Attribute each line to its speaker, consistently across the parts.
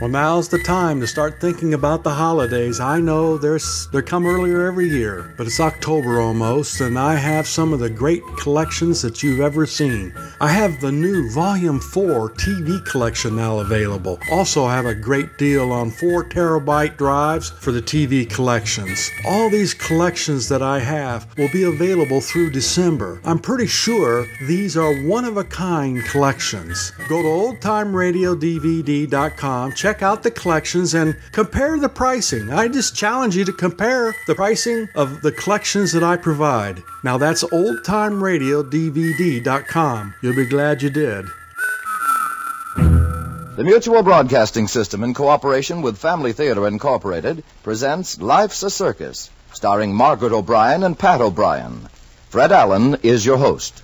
Speaker 1: Well, now's the time to start thinking about the holidays. I know there's, they come earlier every year, but it's October almost, and I have some of the great collections that you've ever seen. I have the new Volume 4 TV collection now available. Also, have a great deal on 4 terabyte drives for the TV collections. All these collections that I have will be available through December. I'm pretty sure these are one of a kind collections. Go to oldtimeradiodvd.com, check out the collections, and compare the pricing. I just challenge you to compare the pricing of the collections that I provide. Now that's oldtimeradiodvd.com. You'll be glad you did.
Speaker 2: The Mutual Broadcasting System, in cooperation with Family Theater Incorporated, presents Life's a Circus, starring Margaret O'Brien and Pat O'Brien. Fred Allen is your host.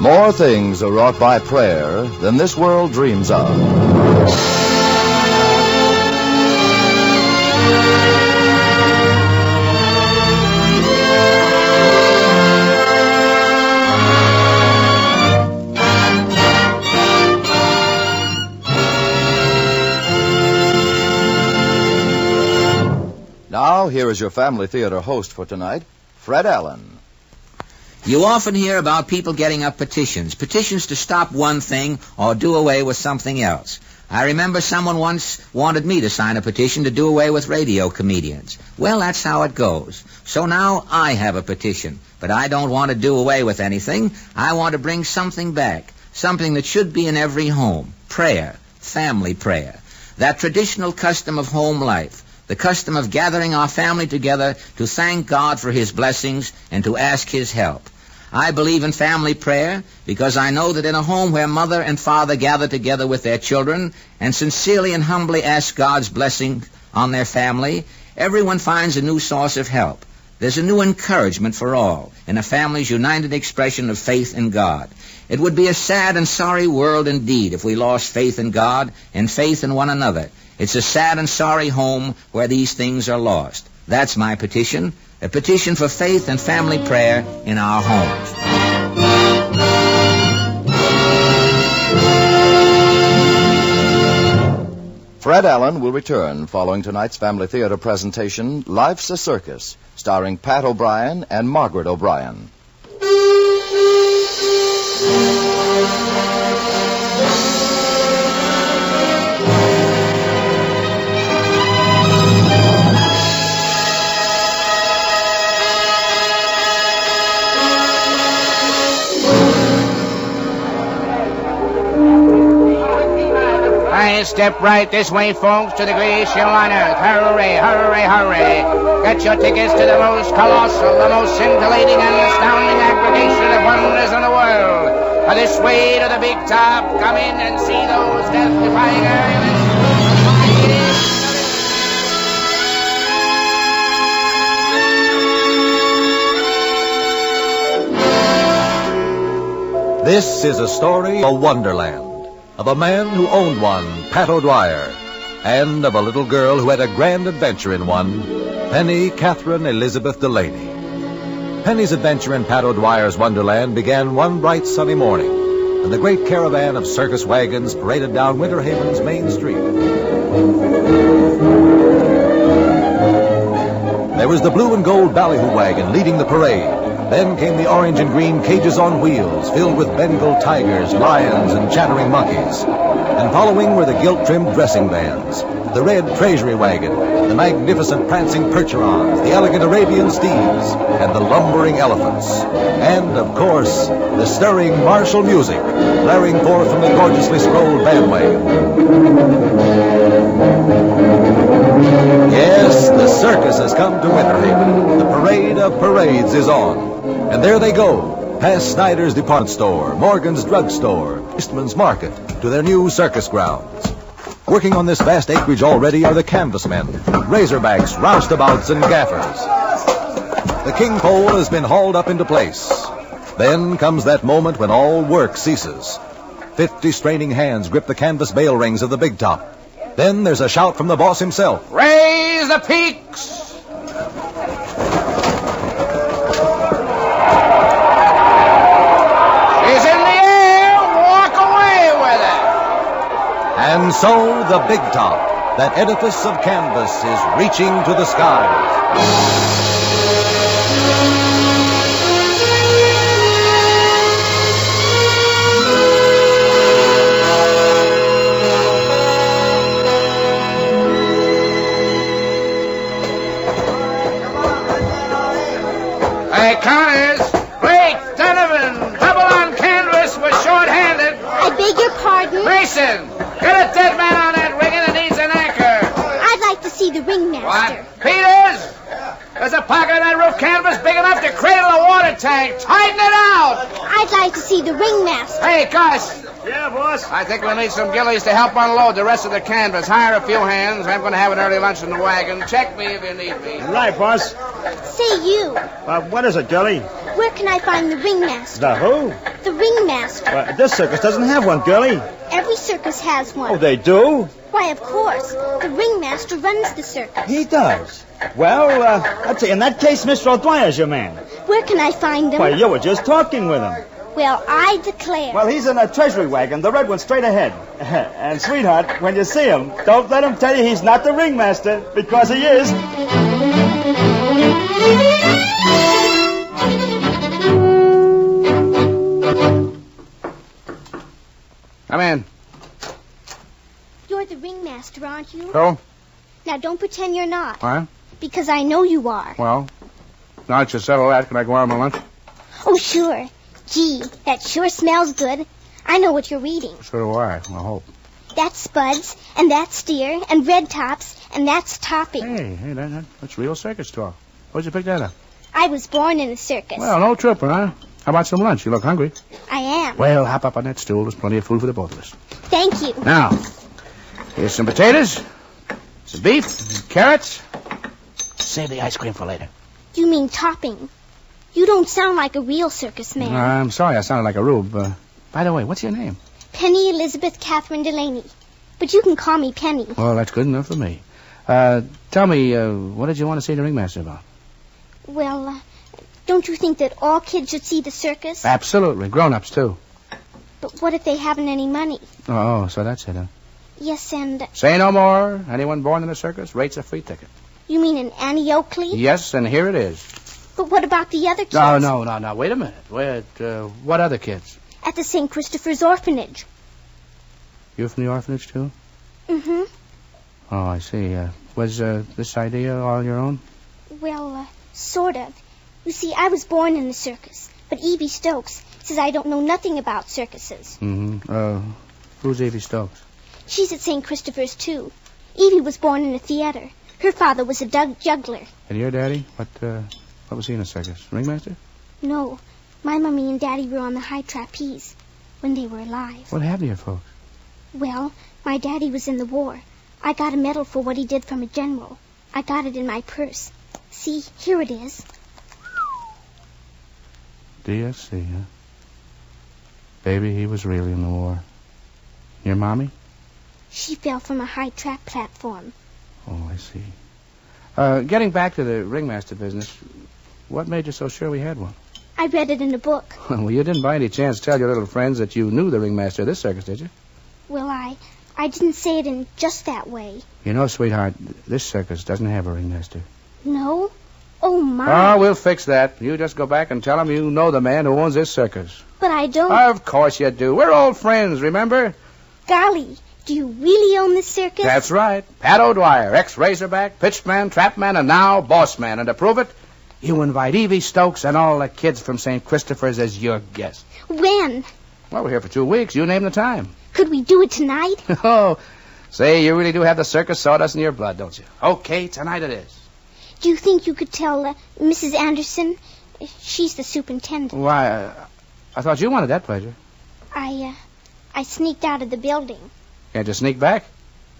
Speaker 2: More things are wrought by prayer than this world dreams of. Now, here is your Family Theater host for tonight, Fred Allen.
Speaker 3: You often hear about people getting up petitions, petitions to stop one thing or do away with something else. I remember someone once wanted me to sign a petition to do away with radio comedians. Well, that's how it goes. So now I have a petition, but I don't want to do away with anything. I want to bring something back, something that should be in every home prayer, family prayer, that traditional custom of home life the custom of gathering our family together to thank God for His blessings and to ask His help. I believe in family prayer because I know that in a home where mother and father gather together with their children and sincerely and humbly ask God's blessing on their family, everyone finds a new source of help. There's a new encouragement for all in a family's united expression of faith in God. It would be a sad and sorry world indeed if we lost faith in God and faith in one another. It's a sad and sorry home where these things are lost. That's my petition, a petition for faith and family prayer in our homes.
Speaker 2: Fred Allen will return following tonight's Family Theater presentation, Life's a Circus, starring Pat O'Brien and Margaret O'Brien.
Speaker 4: I step right this way, folks, to the grease you'll honor. Hurry, hurry, hurry. Get your tickets to the most colossal, the most scintillating and astounding aggregation of wonders in the world. Uh, This way to the big top. Come in and see those death-defying elements.
Speaker 5: This is a story of Wonderland, of a man who owned one, Pat O'Dwyer, and of a little girl who had a grand adventure in one, Penny Catherine Elizabeth Delaney. Penny's adventure in Pat O'Dwyer's Wonderland began one bright sunny morning when the great caravan of circus wagons paraded down Winter Haven's main street. There was the blue and gold ballyhoo wagon leading the parade. Then came the orange and green cages on wheels filled with Bengal tigers, lions, and chattering monkeys. And following were the gilt trimmed dressing bands, the red treasury wagon, the magnificent prancing percherons, the elegant Arabian steeds, and the lumbering elephants. And, of course, the stirring martial music blaring forth from the gorgeously scrolled bandwagon. Yes, the circus has come to Winter Haven. The parade of parades is on. And there they go, past Snyder's Department Store, Morgan's Drug Store, Eastman's Market, to their new circus grounds. Working on this vast acreage already are the canvas men, razorbacks, roustabouts, and gaffers. The king pole has been hauled up into place. Then comes that moment when all work ceases. Fifty straining hands grip the canvas bail rings of the big top. Then there's a shout from the boss himself.
Speaker 4: Raise the peaks.
Speaker 5: And so the big top, that edifice of canvas, is reaching to the skies.
Speaker 4: Hey, Connors! Blake! Donovan! Double on canvas was shorthanded!
Speaker 6: I beg your pardon?
Speaker 4: Mason! Get a dead man on that ring and it needs an anchor!
Speaker 6: I'd like to see the ringmaster.
Speaker 4: What? Peters! There's a pocket in that roof canvas big enough to cradle a water tank! Tighten it out!
Speaker 6: I'd like to see the ringmaster.
Speaker 4: Hey, Gus! Yeah, boss? I think we need some gillies to help unload the rest of the canvas. Hire a few hands. I'm going to have an early lunch in the wagon. Check me if you need me.
Speaker 7: Right, boss.
Speaker 6: Say you,
Speaker 7: Uh, what is it, Gilly?
Speaker 6: where can I find the ringmaster?
Speaker 7: The who?
Speaker 6: The ringmaster.
Speaker 7: Uh, this circus doesn't have one, Gilly.
Speaker 6: Every circus has one.
Speaker 7: Oh, they do?
Speaker 6: Why, of course. The ringmaster runs the circus.
Speaker 7: He does. Well, uh, I'd say in that case, Mr. O'Dwyer's your man.
Speaker 6: Where can I find him?
Speaker 7: Why, you were just talking with him.
Speaker 6: Well, I declare.
Speaker 7: Well, he's in a treasury wagon, the red one straight ahead. and, sweetheart, when you see him, don't let him tell you he's not the ringmaster, because he is.
Speaker 4: Come in.
Speaker 6: You're the ringmaster, aren't you?
Speaker 4: Who?
Speaker 6: Now, don't pretend you're not,
Speaker 4: What?
Speaker 6: because I know you are.
Speaker 4: Well, now that you settle that, can I go on my lunch?
Speaker 6: Oh, sure. Gee, that sure smells good. I know what you're reading.
Speaker 4: So do I. I hope.
Speaker 6: That's Spuds, and that's Steer, and Red Tops, and that's
Speaker 7: Hmm.
Speaker 6: Toppy.
Speaker 4: Hey, hey, that, that, that's real circus talk. Where'd you pick that up?
Speaker 6: I was born in a circus.
Speaker 4: Well, no tripping, huh? How about some lunch? You look hungry.
Speaker 6: I am.
Speaker 4: Well, hop up on that stool. There's plenty of food for the both of us.
Speaker 6: Thank you.
Speaker 4: Now, here's some potatoes, some beef, some carrots. Save the ice cream for later.
Speaker 6: You mean topping. You don't sound like a real circus man.
Speaker 4: Uh, I'm sorry I sounded like a rube. Uh, by the way, what's your name?
Speaker 6: Penny Elizabeth Catherine Delaney. But you can call me Penny.
Speaker 4: Well, that's good enough for me. Uh, tell me, uh, what did you want to see the ringmaster about?
Speaker 6: Well, uh, don't you think that all kids should see the circus?
Speaker 4: Absolutely. Grown-ups, too.
Speaker 6: But what if they haven't any money?
Speaker 4: Oh, so that's it, huh?
Speaker 6: Yes, and uh,
Speaker 4: Say no more. Anyone born in a circus rates a free ticket.
Speaker 6: you mean an Annie Oakley?
Speaker 4: Yes, and here it is.
Speaker 6: But what about the other kids?
Speaker 4: No, no, no, no. Wait a minute. Wait, uh, what other kids?
Speaker 6: At the St. Christopher's Orphanage.
Speaker 4: You from the orphanage, too?
Speaker 6: Mm-hmm.
Speaker 4: Oh, I see. Uh, was uh, this idea all your own?
Speaker 6: Well, uh, sort of. You see, I was born in the circus, but Evie Stokes says I don't know nothing about circuses.
Speaker 4: Mm-hmm. Uh, who's Evie Stokes?
Speaker 6: She's at St. Christopher's, too. Evie was born in a theater. Her father was a dug- juggler.
Speaker 4: And your daddy? What, uh, what was he in a circus? Ringmaster?
Speaker 6: No, my mummy and daddy were on the high trapeze when they were alive.
Speaker 4: What happened to your folks?
Speaker 6: Well, my daddy was in the war. I got a medal for what he did from a general. I got it in my purse. See, here it is.
Speaker 4: DFC, huh? Baby, he was really in the war. Your mommy?
Speaker 6: She fell from a high trap platform.
Speaker 4: Oh, I see. Uh, getting back to the ringmaster business, what made you so sure we had one?
Speaker 6: I read it in a book.
Speaker 4: well, you didn't by any chance tell your little friends that you knew the ringmaster of this circus, did you?
Speaker 6: Well, I, I didn't say it in just that way.
Speaker 4: You know, sweetheart, this circus doesn't have a ringmaster.
Speaker 6: No. Oh my!
Speaker 4: Oh, we'll fix that. You just go back and tell him you know the man who owns this circus.
Speaker 6: but I don't.
Speaker 4: Of course you do. We're old friends, remember?
Speaker 6: Golly, do you really own the circus?
Speaker 4: That's right. Pat O'Dwyer, ex-Razorback, pitchman, trapman, and now boss man. And to prove it, you invite Evie Stokes and all the kids from St. Christopher's as your guests.
Speaker 6: When
Speaker 4: Well, we're here for two weeks. You name the time.
Speaker 6: could we do it tonight?
Speaker 4: oh, say, you really do have the circus sawdust in your blood, don't you? Okay, tonight it is.
Speaker 6: Do you think you could tell uh, Mrs. Anderson? She's the superintendent.
Speaker 4: Why, uh, I thought you wanted that pleasure.
Speaker 6: I, uh, I sneaked out of the building.
Speaker 4: Can't you sneak back?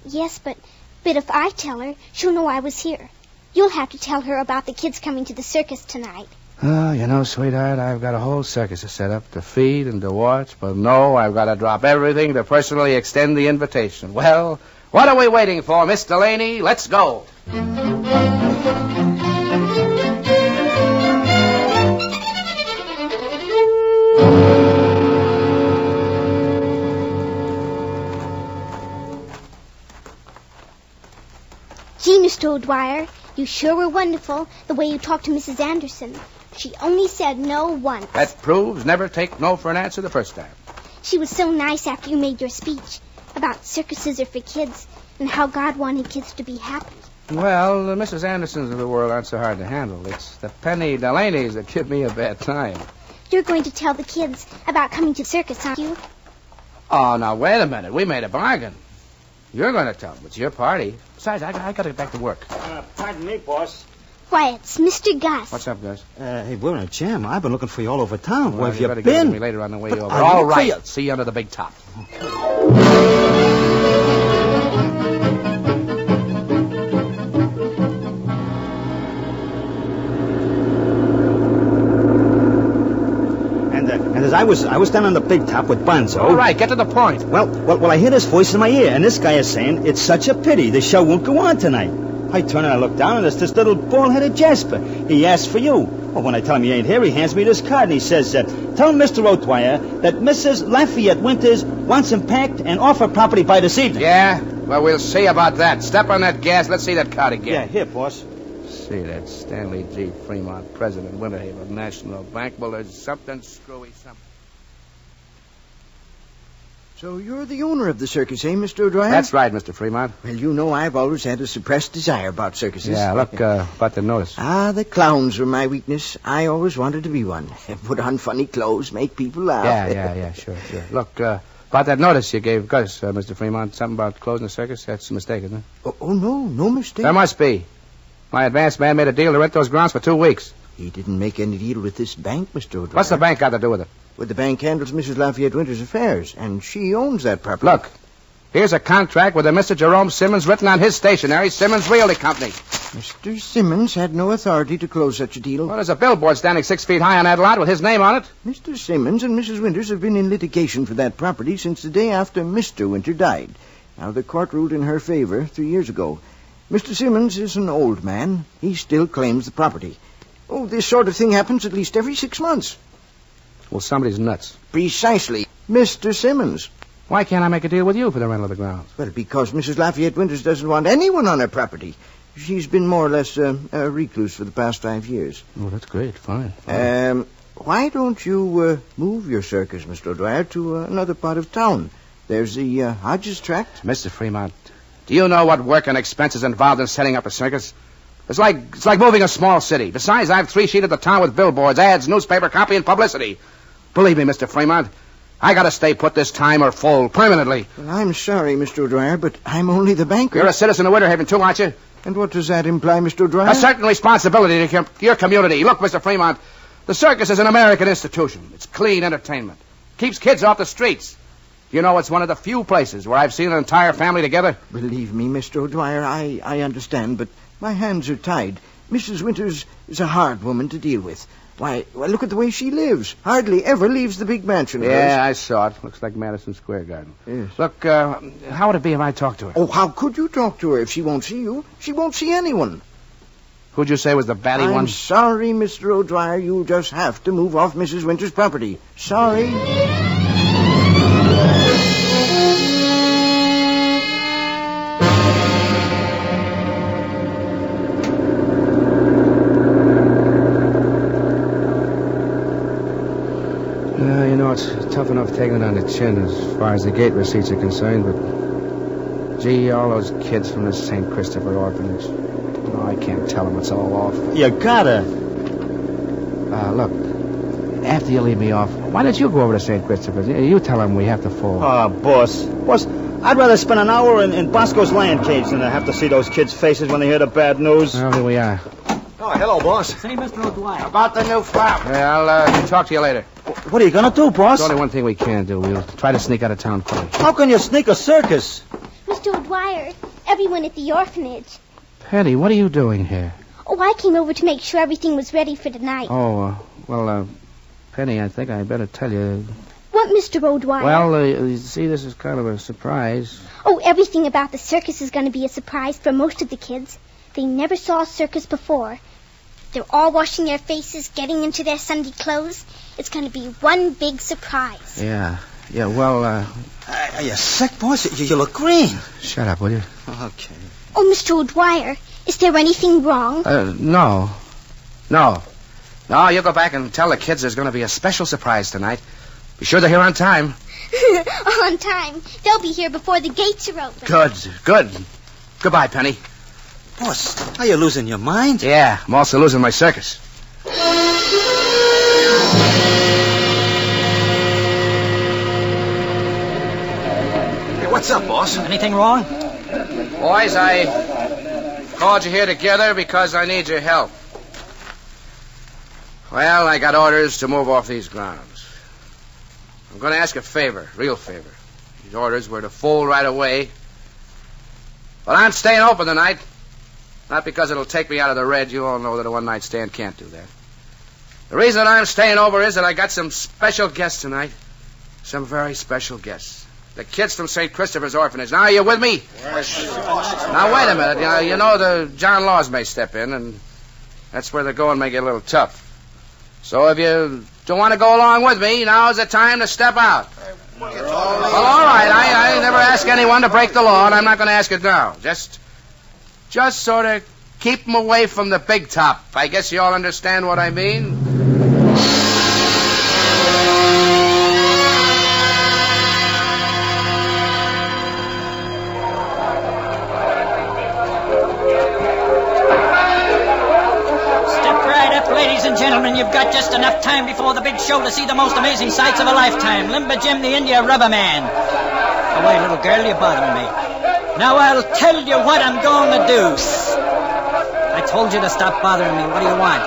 Speaker 6: Yes, but but if I tell her, she'll know I was here. You'll have to tell her about the kids coming to the circus tonight.
Speaker 4: Oh, you know, sweetheart, I've got a whole circus to set up to feed and to watch, but no, I've got to drop everything to personally extend the invitation. Well, what are we waiting for, Miss Delaney? Let's go.
Speaker 6: Genius to O'Dwyer. You sure were wonderful the way you talked to Mrs. Anderson. She only said no once.
Speaker 4: That proves never take no for an answer the first time.
Speaker 6: She was so nice after you made your speech about circuses are for kids and how God wanted kids to be happy.
Speaker 4: Well, the Mrs. Andersons of the world aren't so hard to handle. It's the Penny Delaney's that give me a bad time.
Speaker 6: You're going to tell the kids about coming to circus, aren't you?
Speaker 4: Oh, now, wait a minute. We made a bargain. You're going to tell them. It's your party. Besides, I, I got to get back to work.
Speaker 7: Uh, pardon me, boss.
Speaker 6: Why, it's Mr. Gus.
Speaker 4: What's up, Gus?
Speaker 8: Uh, hey, we're in a jam. I've been looking for you all over town. Where
Speaker 4: Well,
Speaker 8: have
Speaker 4: you
Speaker 8: you,
Speaker 4: better give it to me
Speaker 8: been?
Speaker 4: later on the way
Speaker 8: But
Speaker 4: over.
Speaker 8: I
Speaker 4: All
Speaker 8: look for
Speaker 4: right.
Speaker 8: you.
Speaker 4: See you under the big top.
Speaker 8: And, uh, and as I was, I was down on the big top with Bonzo.
Speaker 4: All right, get to the point.
Speaker 8: Well, well, well, I hear this voice in my ear, and this guy is saying, it's such a pity the show won't go on tonight. I turn and I look down, and it's this little bald-headed Jasper. He asks for you. Well, when I tell him he ain't here, he hands me this card, and he says, uh, tell Mr. O'Dwyer that Mrs. Lafayette Winters wants him packed and off her property by this evening.
Speaker 4: Yeah? Well, we'll see about that. Step on that gas. Let's see that card
Speaker 8: Yeah,
Speaker 4: again.
Speaker 8: here, boss.
Speaker 4: See, that Stanley G. Fremont, President, Winterhaven National Bank. Well, there's something screwy, something.
Speaker 9: So you're the owner of the circus, eh, Mr. O'Dwyer?
Speaker 4: That's right, Mr. Fremont.
Speaker 9: Well, you know I've always had a suppressed desire about circuses.
Speaker 4: Yeah, look, uh, about the notice.
Speaker 9: Ah, the clowns were my weakness. I always wanted to be one. Put on funny clothes, make people laugh.
Speaker 4: Yeah, yeah, yeah, sure, sure. Look, uh, about that notice you gave Gus, uh, Mr. Fremont, something about closing the circus, that's a mistake, isn't it?
Speaker 9: Oh, oh, no, no mistake.
Speaker 4: There must be. My advance man made a deal to rent those grounds for two weeks.
Speaker 9: He didn't make any deal with this bank, Mr. O'Dwyer.
Speaker 4: What's the bank got to do with it?
Speaker 9: Well, the bank handles Mrs. Lafayette Winter's affairs, and she owns that property.
Speaker 4: Look, here's a contract with a Mr. Jerome Simmons written on his stationery, Simmons Realty Company.
Speaker 9: Mr. Simmons had no authority to close such a deal.
Speaker 4: Well, there's a billboard standing six feet high on that lot with his name on it.
Speaker 9: Mr. Simmons and Mrs. Winters have been in litigation for that property since the day after Mr. Winter died. Now, the court ruled in her favor three years ago. Mr. Simmons is an old man. He still claims the property. Oh, this sort of thing happens at least every six months.
Speaker 4: Well, somebody's nuts.
Speaker 9: Precisely. Mr. Simmons.
Speaker 4: Why can't I make a deal with you for the rental of the grounds?
Speaker 9: Well, because Mrs. Lafayette Winters doesn't want anyone on her property. She's been more or less uh, a recluse for the past five years.
Speaker 4: Oh, that's great. Fine. Oh.
Speaker 9: Um, why don't you uh, move your circus, Mr. O'Dwyer, to uh, another part of town? There's the uh, Hodges Tract.
Speaker 4: Mr. Fremont, do you know what work and expense is involved in setting up a circus? It's like it's like moving a small city. Besides, I've three sheet of the town with billboards, ads, newspaper copy, and publicity. Believe me, Mr. Fremont, I gotta stay put this time or fold permanently.
Speaker 9: Well, I'm sorry, Mr. O'Dwyer, but I'm only the banker.
Speaker 4: You're a citizen of Winter Haven too, aren't you?
Speaker 9: And what does that imply, Mr. O'Dwyer?
Speaker 4: A certain responsibility to com- your community. Look, Mr. Fremont, the circus is an American institution. It's clean entertainment. Keeps kids off the streets. You know, it's one of the few places where I've seen an entire family together.
Speaker 9: Believe me, Mr. O'Dwyer, I, I understand, but my hands are tied. Mrs. Winters is a hard woman to deal with. Why, well, look at the way she lives. Hardly ever leaves the big mansion. of
Speaker 4: Yeah,
Speaker 9: hers.
Speaker 4: I saw it. Looks like Madison Square Garden.
Speaker 9: Yes.
Speaker 4: Look, uh, how would it be if I talked to her?
Speaker 9: Oh, how could you talk to her if she won't see you? She won't see anyone.
Speaker 4: Who'd you say was the batty
Speaker 9: I'm
Speaker 4: one?
Speaker 9: sorry, Mr. O'Dwyer. You just have to move off Mrs. Winter's property. Sorry.
Speaker 4: Uh, you know, it's tough enough taking it on the chin as far as the gate receipts are concerned, but gee, all those kids from the St. Christopher orphanage. No, I can't tell them it's all off.
Speaker 8: You gotta.
Speaker 4: Uh, look, after you leave me off, why don't you go over to St. Christopher's? You- You tell him we have to fold.
Speaker 8: Oh, boss. Boss, I'd rather spend an hour in, in Bosco's lion cage than to have to see those kids' faces when they hear the bad news.
Speaker 4: Well, here we are.
Speaker 8: Oh, hello, boss.
Speaker 10: Say, Mr. O'Dwyer.
Speaker 9: About the new flop.
Speaker 4: Well, I'll uh, talk to you later.
Speaker 8: What are you gonna do, boss?
Speaker 4: There's only one thing we can do. We'll try to sneak out of town quickly.
Speaker 8: How can you sneak a circus?
Speaker 6: Mr. O'Dwyer, everyone at the orphanage.
Speaker 4: Penny, what are you doing here?
Speaker 6: Oh, I came over to make sure everything was ready for tonight.
Speaker 4: Oh, uh, well, uh, Penny, I think I better tell you.
Speaker 6: What, Mr. O'Dwyer?
Speaker 4: Well, uh, you see, this is kind of a surprise.
Speaker 6: Oh, everything about the circus is going to be a surprise for most of the kids. They never saw a circus before. They're all washing their faces, getting into their Sunday clothes. It's going to be one big surprise.
Speaker 4: Yeah. Yeah, well, uh,
Speaker 8: Are you sick, boss? You, you look green.
Speaker 4: shut up, will you?
Speaker 8: Okay.
Speaker 6: Oh, Mr. O'Dwyer, is there anything wrong?
Speaker 4: Uh, no. No. No, you go back and tell the kids there's going to be a special surprise tonight. Be sure they're here on time.
Speaker 6: On time. They'll be here before the gates are open.
Speaker 4: Good, good. Goodbye, Penny.
Speaker 8: Boss, are you losing your mind?
Speaker 4: Yeah, I'm also losing my circus.
Speaker 11: Hey, what's up, boss? Anything wrong?
Speaker 4: Boys, uh, I called you here together because I need your help. Well, I got orders to move off these grounds. I'm going to ask a favor, real favor. These orders were to fold right away. But I'm staying open tonight. Not because it'll take me out of the red. You all know that a one night stand can't do that. The reason that I'm staying over is that I got some special guests tonight. Some very special guests. The kids from St. Christopher's Orphanage. Now, are you with me? Now, wait a minute. You know, you know the John Laws may step in, and that's where the going may get a little tough. So if you don't want to go along with me, now's the time to step out. Well, all right. I, I never ask anyone to break the law, and I'm not going to ask it now. Just, just sort of keep 'em away from the big top. I guess you all understand what I mean.
Speaker 12: Step right up, ladies and gentlemen. You've got just enough time before the big show to see the most amazing sights of a lifetime. Limber Jim, the India Rubber Man. Away, little girl, you bottom me. Now I'll tell you what I'm going to do. I told you to stop bothering me. What do you want?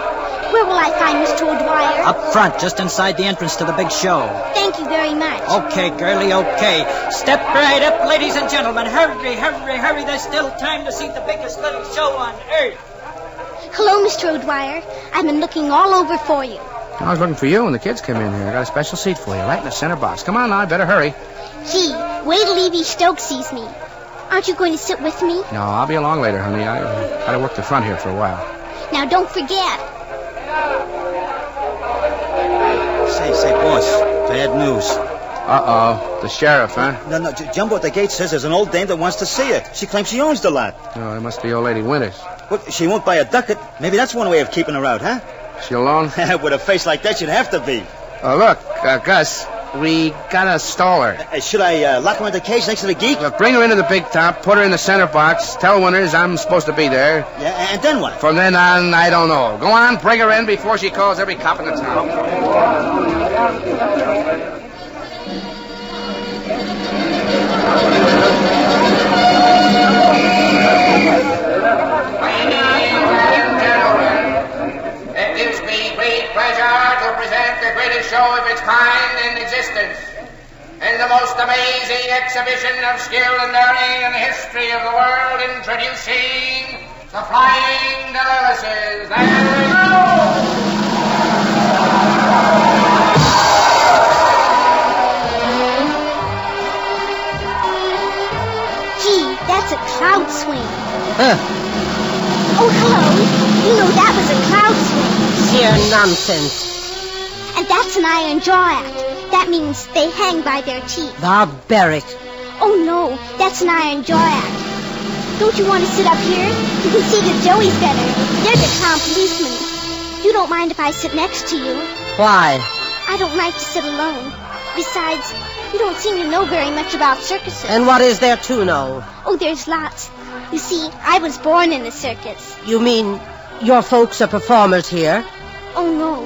Speaker 6: Where will I find Mr. O'Dwyer?
Speaker 12: Up front, just inside the entrance to the big show.
Speaker 6: Thank you very much.
Speaker 12: Okay, girlie, okay. Step right up, ladies and gentlemen. Hurry, hurry, hurry. There's still time to see the biggest little show on earth.
Speaker 6: Hello, Mr. O'Dwyer. I've been looking all over for you.
Speaker 4: I was looking for you when the kids came in here. I got a special seat for you, right in the center box. Come on now, I better hurry.
Speaker 6: Gee, wait till Evie Stokes sees me. Aren't you going to sit with me?
Speaker 4: No, I'll be along later, honey. I uh, gotta work the front here for a while.
Speaker 6: Now, don't forget.
Speaker 8: Say, say, boss, bad news.
Speaker 4: Uh-oh, the sheriff, huh?
Speaker 8: No, no, J- Jumbo at the gate says there's an old dame that wants to see her. She claims she owns the lot.
Speaker 4: Oh, it must be old lady Winters.
Speaker 8: Well, she won't buy a ducat. Maybe that's one way of keeping her out, huh?
Speaker 4: She alone?
Speaker 8: With a face like that, she'd have to be.
Speaker 4: Oh, look, uh, Gus, we gotta stall her.
Speaker 8: Uh, should I uh, lock her in the cage next to the geek?
Speaker 4: Look, bring her into the big top, put her in the center box, tell Winters I'm supposed to be there.
Speaker 8: Yeah, and then what?
Speaker 4: From then on, I don't know. Go on, bring her in before she calls every cop in the town. It gives me great pleasure to present the greatest show of its kind in existence. And the most amazing exhibition of skill and learning in the history of the world, introducing the Flying Delicacies. And...
Speaker 6: Gee, that's a cloud swing. Oh, hello. You know that was a cloud swing.
Speaker 13: Sheer nonsense.
Speaker 6: And that's an iron jaw act. That means they hang by their teeth.
Speaker 13: Barbaric.
Speaker 6: Oh, no. That's an iron jaw act. Don't you want to sit up here? You can see the Joeys better. They're the clown policemen. You don't mind if I sit next to you.
Speaker 13: Why?
Speaker 6: I don't like to sit alone. Besides, you don't seem to know very much about circuses.
Speaker 13: And what is there to know?
Speaker 6: Oh, there's lots. You see, I was born in a circus.
Speaker 13: You mean your folks are performers here?
Speaker 6: Oh, no.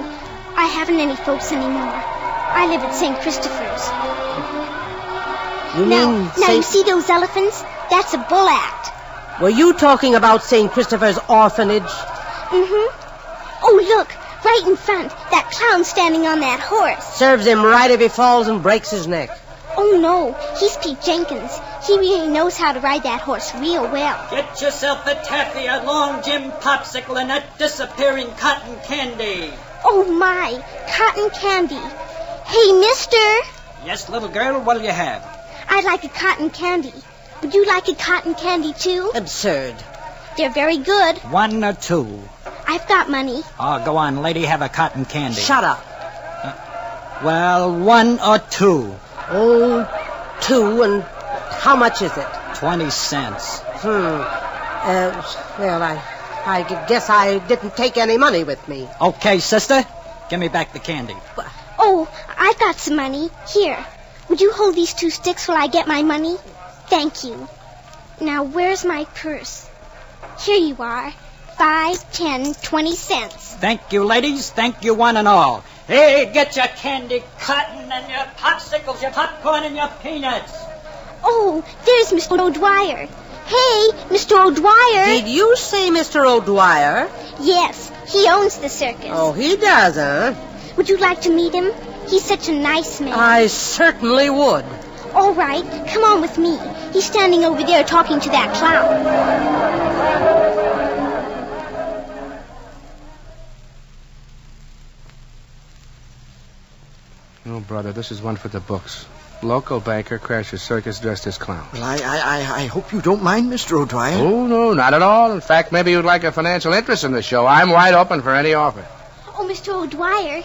Speaker 6: I haven't any folks anymore. I live at St. Christopher's.
Speaker 13: You
Speaker 6: now,
Speaker 13: mean
Speaker 6: now you
Speaker 13: Saint-
Speaker 6: see those elephants? That's a bull act.
Speaker 13: Were you talking about St. Christopher's orphanage?
Speaker 6: Mm-hmm. Oh, look, right in front. That clown standing on that horse.
Speaker 13: Serves him right if he falls and breaks his neck.
Speaker 6: Oh, no. He's Pete Jenkins. He really knows how to ride that horse real well.
Speaker 12: Get yourself a taffy, a long Jim popsicle, and that disappearing cotton candy.
Speaker 6: Oh, my. Cotton candy. Hey, mister.
Speaker 12: Yes, little girl, what'll you have?
Speaker 6: I'd like a cotton candy. Would you like a cotton candy, too?
Speaker 13: Absurd.
Speaker 6: They're very good.
Speaker 12: One or two.
Speaker 6: I've got money.
Speaker 12: Oh, go on, lady, have a cotton candy.
Speaker 13: Shut up.
Speaker 12: Well, one or two.
Speaker 13: Oh, two, and how much is it?
Speaker 12: Twenty cents.
Speaker 13: Hmm. Uh, well, I, I guess I didn't take any money with me.
Speaker 12: Okay, sister, give me back the candy.
Speaker 6: Oh, I've got some money. Here. Would you hold these two sticks while I get my money? Thank you. Now, where's my purse? Here you are. Five, ten, twenty cents.
Speaker 12: Thank you, ladies. Thank you, one and all. Hey, get your candy cotton and your popsicles, your popcorn and your peanuts.
Speaker 6: Oh, there's Mr. O'Dwyer. Hey, Mr. O'Dwyer.
Speaker 13: Did you say Mr. O'Dwyer?
Speaker 6: Yes, he owns the circus.
Speaker 13: Oh, he does, huh?
Speaker 6: Would you like to meet him? He's such a nice man.
Speaker 13: I certainly would.
Speaker 6: All right, come on with me. He's standing over there talking to that clown.
Speaker 10: No, brother, this is one for the books. Local banker crashes circus dressed as clown.
Speaker 9: Well, I, I, I, I hope you don't mind, Mr. O'Dwyer.
Speaker 10: Oh, no, not at all. In fact, maybe you'd like a financial interest in the show. I'm wide open for any offer.
Speaker 6: Oh, Mr. O'Dwyer.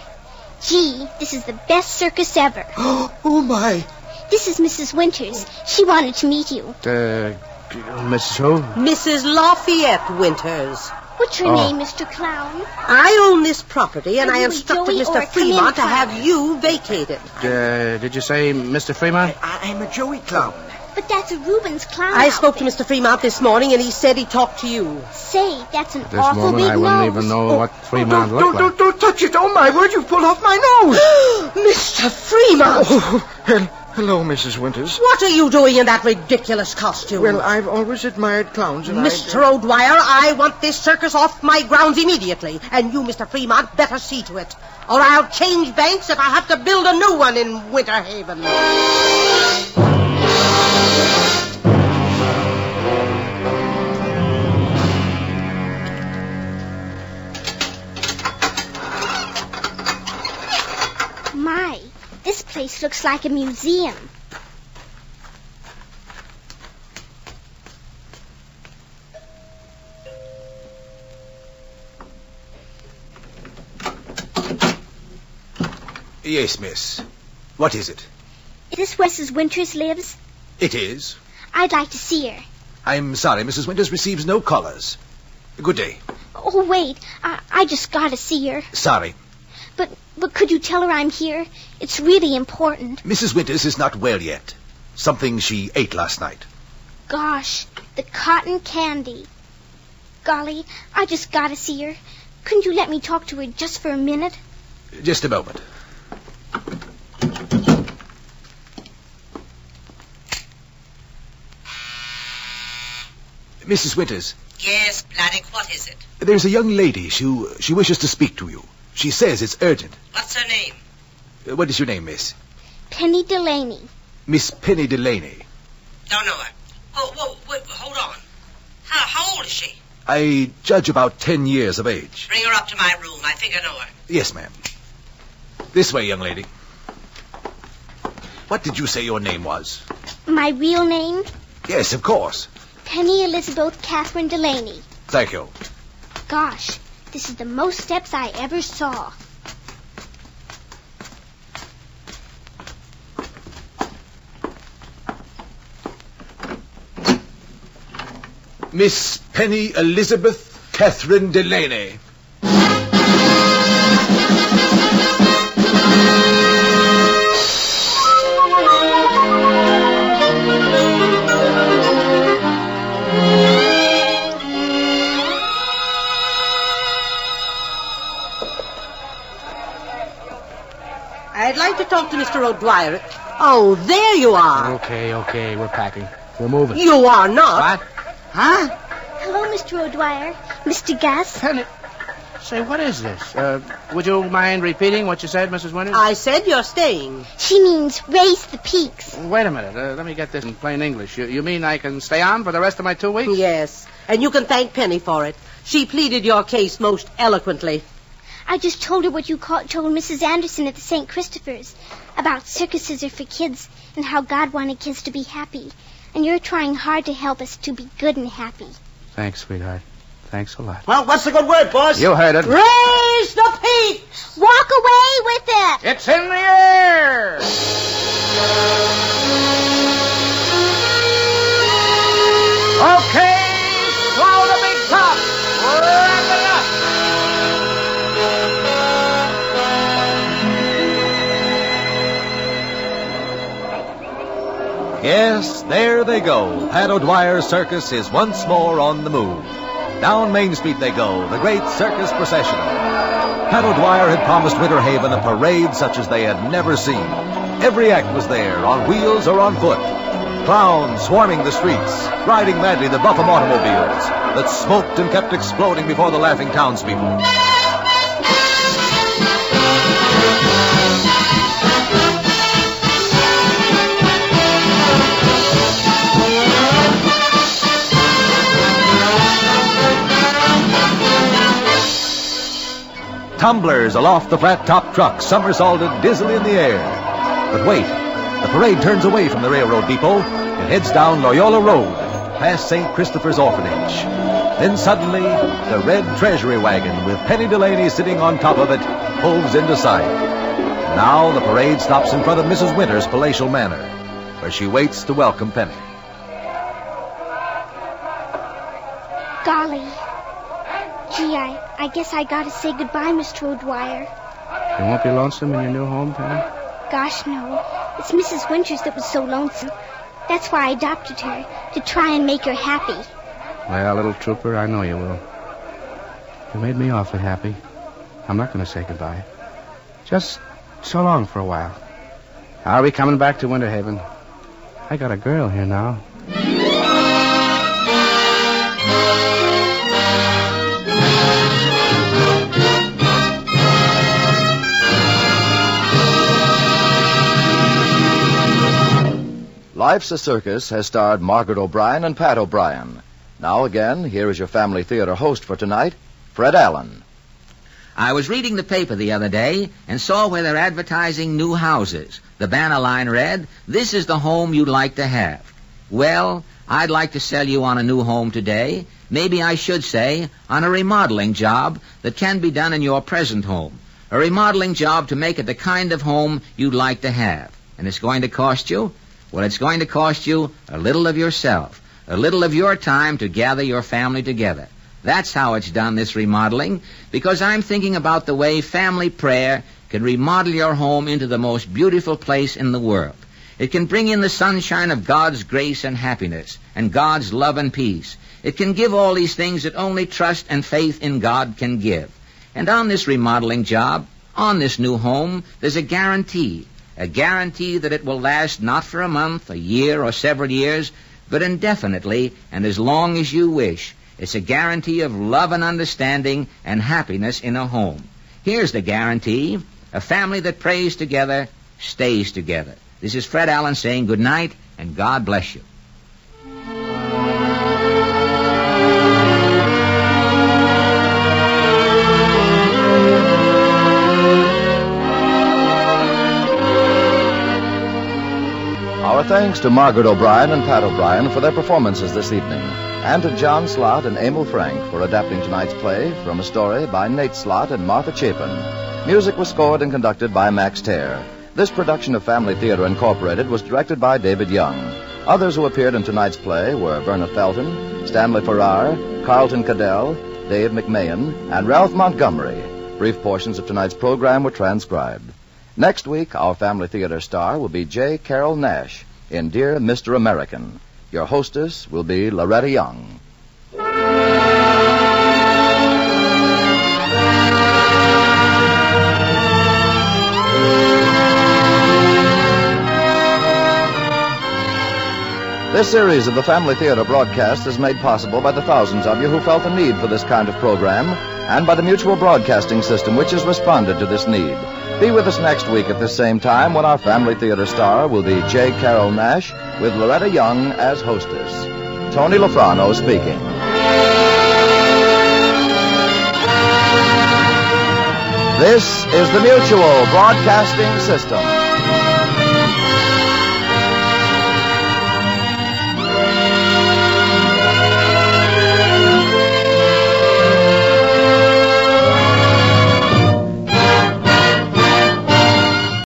Speaker 6: Gee, this is the best circus ever.
Speaker 9: oh, my.
Speaker 6: This is Mrs. Winters. She wanted to meet you.
Speaker 10: Uh, Mrs. Who?
Speaker 13: Mrs. Lafayette Winters.
Speaker 6: What's your
Speaker 10: Oh.
Speaker 6: name, Mr. Clown?
Speaker 13: I own this property, and
Speaker 6: Wait,
Speaker 13: I
Speaker 6: wait,
Speaker 13: instructed
Speaker 6: Joey Orr, come
Speaker 13: Mr.
Speaker 6: in,
Speaker 13: Fremont to
Speaker 6: come
Speaker 13: have you vacate it.
Speaker 10: Uh, did you say Mr. Fremont?
Speaker 9: I, I'm a Joey clown.
Speaker 6: But that's a Rubens clown.
Speaker 13: I spoke to Mr. Fremont this morning, and he said he talked to you.
Speaker 6: Say, that's an
Speaker 10: This
Speaker 6: awful
Speaker 10: moment,
Speaker 6: big
Speaker 10: I wouldn't
Speaker 6: nose.
Speaker 10: even know what Fremont
Speaker 9: don't,
Speaker 10: looked
Speaker 9: don't,
Speaker 10: like.
Speaker 9: don't, don't touch it. Oh, my word, you pulled off my nose.
Speaker 13: Mr. Fremont!
Speaker 9: Oh, hel- hello, Mrs. Winters.
Speaker 13: What are you doing in that ridiculous costume?
Speaker 9: Well, I've always admired clowns, and
Speaker 13: Mr. O'Dwyer, I want this circus off my grounds immediately. And you, Mr. Fremont, better see to it. Or I'll change banks if I have to build a new one in Winter Haven.
Speaker 6: My, this place looks like a museum.
Speaker 14: Yes, miss. What is it?
Speaker 6: Is this where Mrs. Winters lives?
Speaker 14: It is.
Speaker 6: I'd like to see her.
Speaker 14: I'm sorry, Mrs. Winters receives no callers. Good day.
Speaker 6: Oh, wait. I, I just gotta see her.
Speaker 14: Sorry.
Speaker 6: But, but could you tell her I'm here? It's really important.
Speaker 14: Mrs. Winters is not well yet. Something she ate last night.
Speaker 6: Gosh, the cotton candy. Golly, I just gotta see her. Couldn't you let me talk to her just for a minute?
Speaker 14: Just a moment. Mrs. Winters,
Speaker 15: Yes, Bladdock, what is it?
Speaker 14: there's a young lady. She, she wishes to speak to you. She says it's urgent.
Speaker 15: What's her name?
Speaker 14: Uh, What is your name, miss?
Speaker 6: Penny Delaney.
Speaker 14: Miss Penny Delaney.
Speaker 15: Don't know her. Oh, whoa, wait, hold on. How, how old is she?
Speaker 14: I judge about ten years of age.
Speaker 15: Bring her up to my room. I think I know her.
Speaker 14: Yes, ma'am. This way, young lady. What did you say your name was?
Speaker 6: My real name?
Speaker 14: Yes, of course.
Speaker 6: Penny Elizabeth Catherine Delaney.
Speaker 14: Thank you.
Speaker 6: Gosh, this is the most steps I ever saw.
Speaker 14: Miss Penny Elizabeth Catherine Delaney.
Speaker 13: I'd like to talk to Mr. O'Dwyer. Oh, there you are.
Speaker 10: Okay, okay, we're packing. We're moving.
Speaker 13: You are not.
Speaker 10: What?
Speaker 13: Huh?
Speaker 6: Hello, Mr. O'Dwyer. Mr. Gus?
Speaker 10: Penny. Say, what is this? Uh, would you mind repeating what you said, Mrs. Winters?
Speaker 13: I said you're staying.
Speaker 6: She means raise the peaks.
Speaker 10: Wait a minute. Uh, let me get this in plain English. You, you mean I can stay on for the rest of my two weeks?
Speaker 13: Yes. And you can thank Penny for it. She pleaded your case most eloquently.
Speaker 6: I just told her what you call, told Mrs. Anderson at the St. Christopher's about circuses are for kids and how God wanted kids to be happy. And you're trying hard to help us to be good and happy.
Speaker 10: Thanks, sweetheart. Thanks a lot.
Speaker 8: Well, what's the good word, boss?
Speaker 10: You heard it.
Speaker 13: Raise the peaks!
Speaker 6: Walk away with it!
Speaker 10: It's in the air! Okay, fly!
Speaker 5: Yes, there they go. Pat O'Dwyer's circus is once more on the move. Down Main Street they go, the great circus procession. Pat O'Dwyer had promised Winter Haven a parade such as they had never seen. Every act was there, on wheels or on foot. Clowns swarming the streets, riding madly the Buffum automobiles that smoked and kept exploding before the laughing townspeople. Tumblers aloft the flat top truck, somersaulted dizzily in the air. But wait, the parade turns away from the railroad depot and heads down Loyola Road, past St. Christopher's Orphanage. Then suddenly, the red treasury wagon with Penny Delaney sitting on top of it hoves into sight. Now the parade stops in front of Mrs. Winter's palatial manor, where she waits to welcome Penny.
Speaker 6: Golly. Gee, I, I guess I gotta say goodbye, Mr. O'Dwyer.
Speaker 4: You won't be lonesome in your new home, Penny?
Speaker 6: Gosh, no. It's Mrs. Winters that was so lonesome. That's why I adopted her, to try and make her happy.
Speaker 4: Well, little trooper, I know you will. You made me awfully happy. I'm not going to say goodbye. Just so long for a while. I'll be coming back to Winter Haven. I got a girl here now.
Speaker 2: Life's a Circus has starred Margaret O'Brien and Pat O'Brien. Now, again, here is your family theater host for tonight, Fred Allen.
Speaker 3: I was reading the paper the other day and saw where they're advertising new houses. The banner line read, This is the home you'd like to have. Well, I'd like to sell you on a new home today. Maybe I should say, on a remodeling job that can be done in your present home. A remodeling job to make it the kind of home you'd like to have. And it's going to cost you? Well, it's going to cost you a little of yourself, a little of your time to gather your family together. That's how it's done, this remodeling, because I'm thinking about the way family prayer can remodel your home into the most beautiful place in the world. It can bring in the sunshine of God's grace and happiness, and God's love and peace. It can give all these things that only trust and faith in God can give. And on this remodeling job, on this new home, there's a guarantee. A guarantee that it will last not for a month, a year, or several years, but indefinitely and as long as you wish. It's a guarantee of love and understanding and happiness in a home. Here's the guarantee. A family that prays together stays together. This is Fred Allen saying good night and God bless you.
Speaker 2: Our thanks to Margaret O'Brien and Pat O'Brien for their performances this evening, and to John Slott and Emil Frank for adapting tonight's play from a story by Nate Slott and Martha Chapin. Music was scored and conducted by Max Tear. This production of Family Theater Incorporated was directed by David Young. Others who appeared in tonight's play were Verna Felton, Stanley Farrar, Carlton Cadell, Dave McMahon, and Ralph Montgomery. Brief portions of tonight's program were transcribed. Next week, our family theater star will be J. Carol Nash in Dear Mr. American. Your hostess will be Loretta Young. This series of the Family Theater broadcast is made possible by the thousands of you who felt the need for this kind of program and by the Mutual Broadcasting System, which has responded to this need. Be with us next week at this same time when our Family Theater star will be J. Carol Nash with Loretta Young as hostess. Tony Lofrano speaking. This is the Mutual Broadcasting System.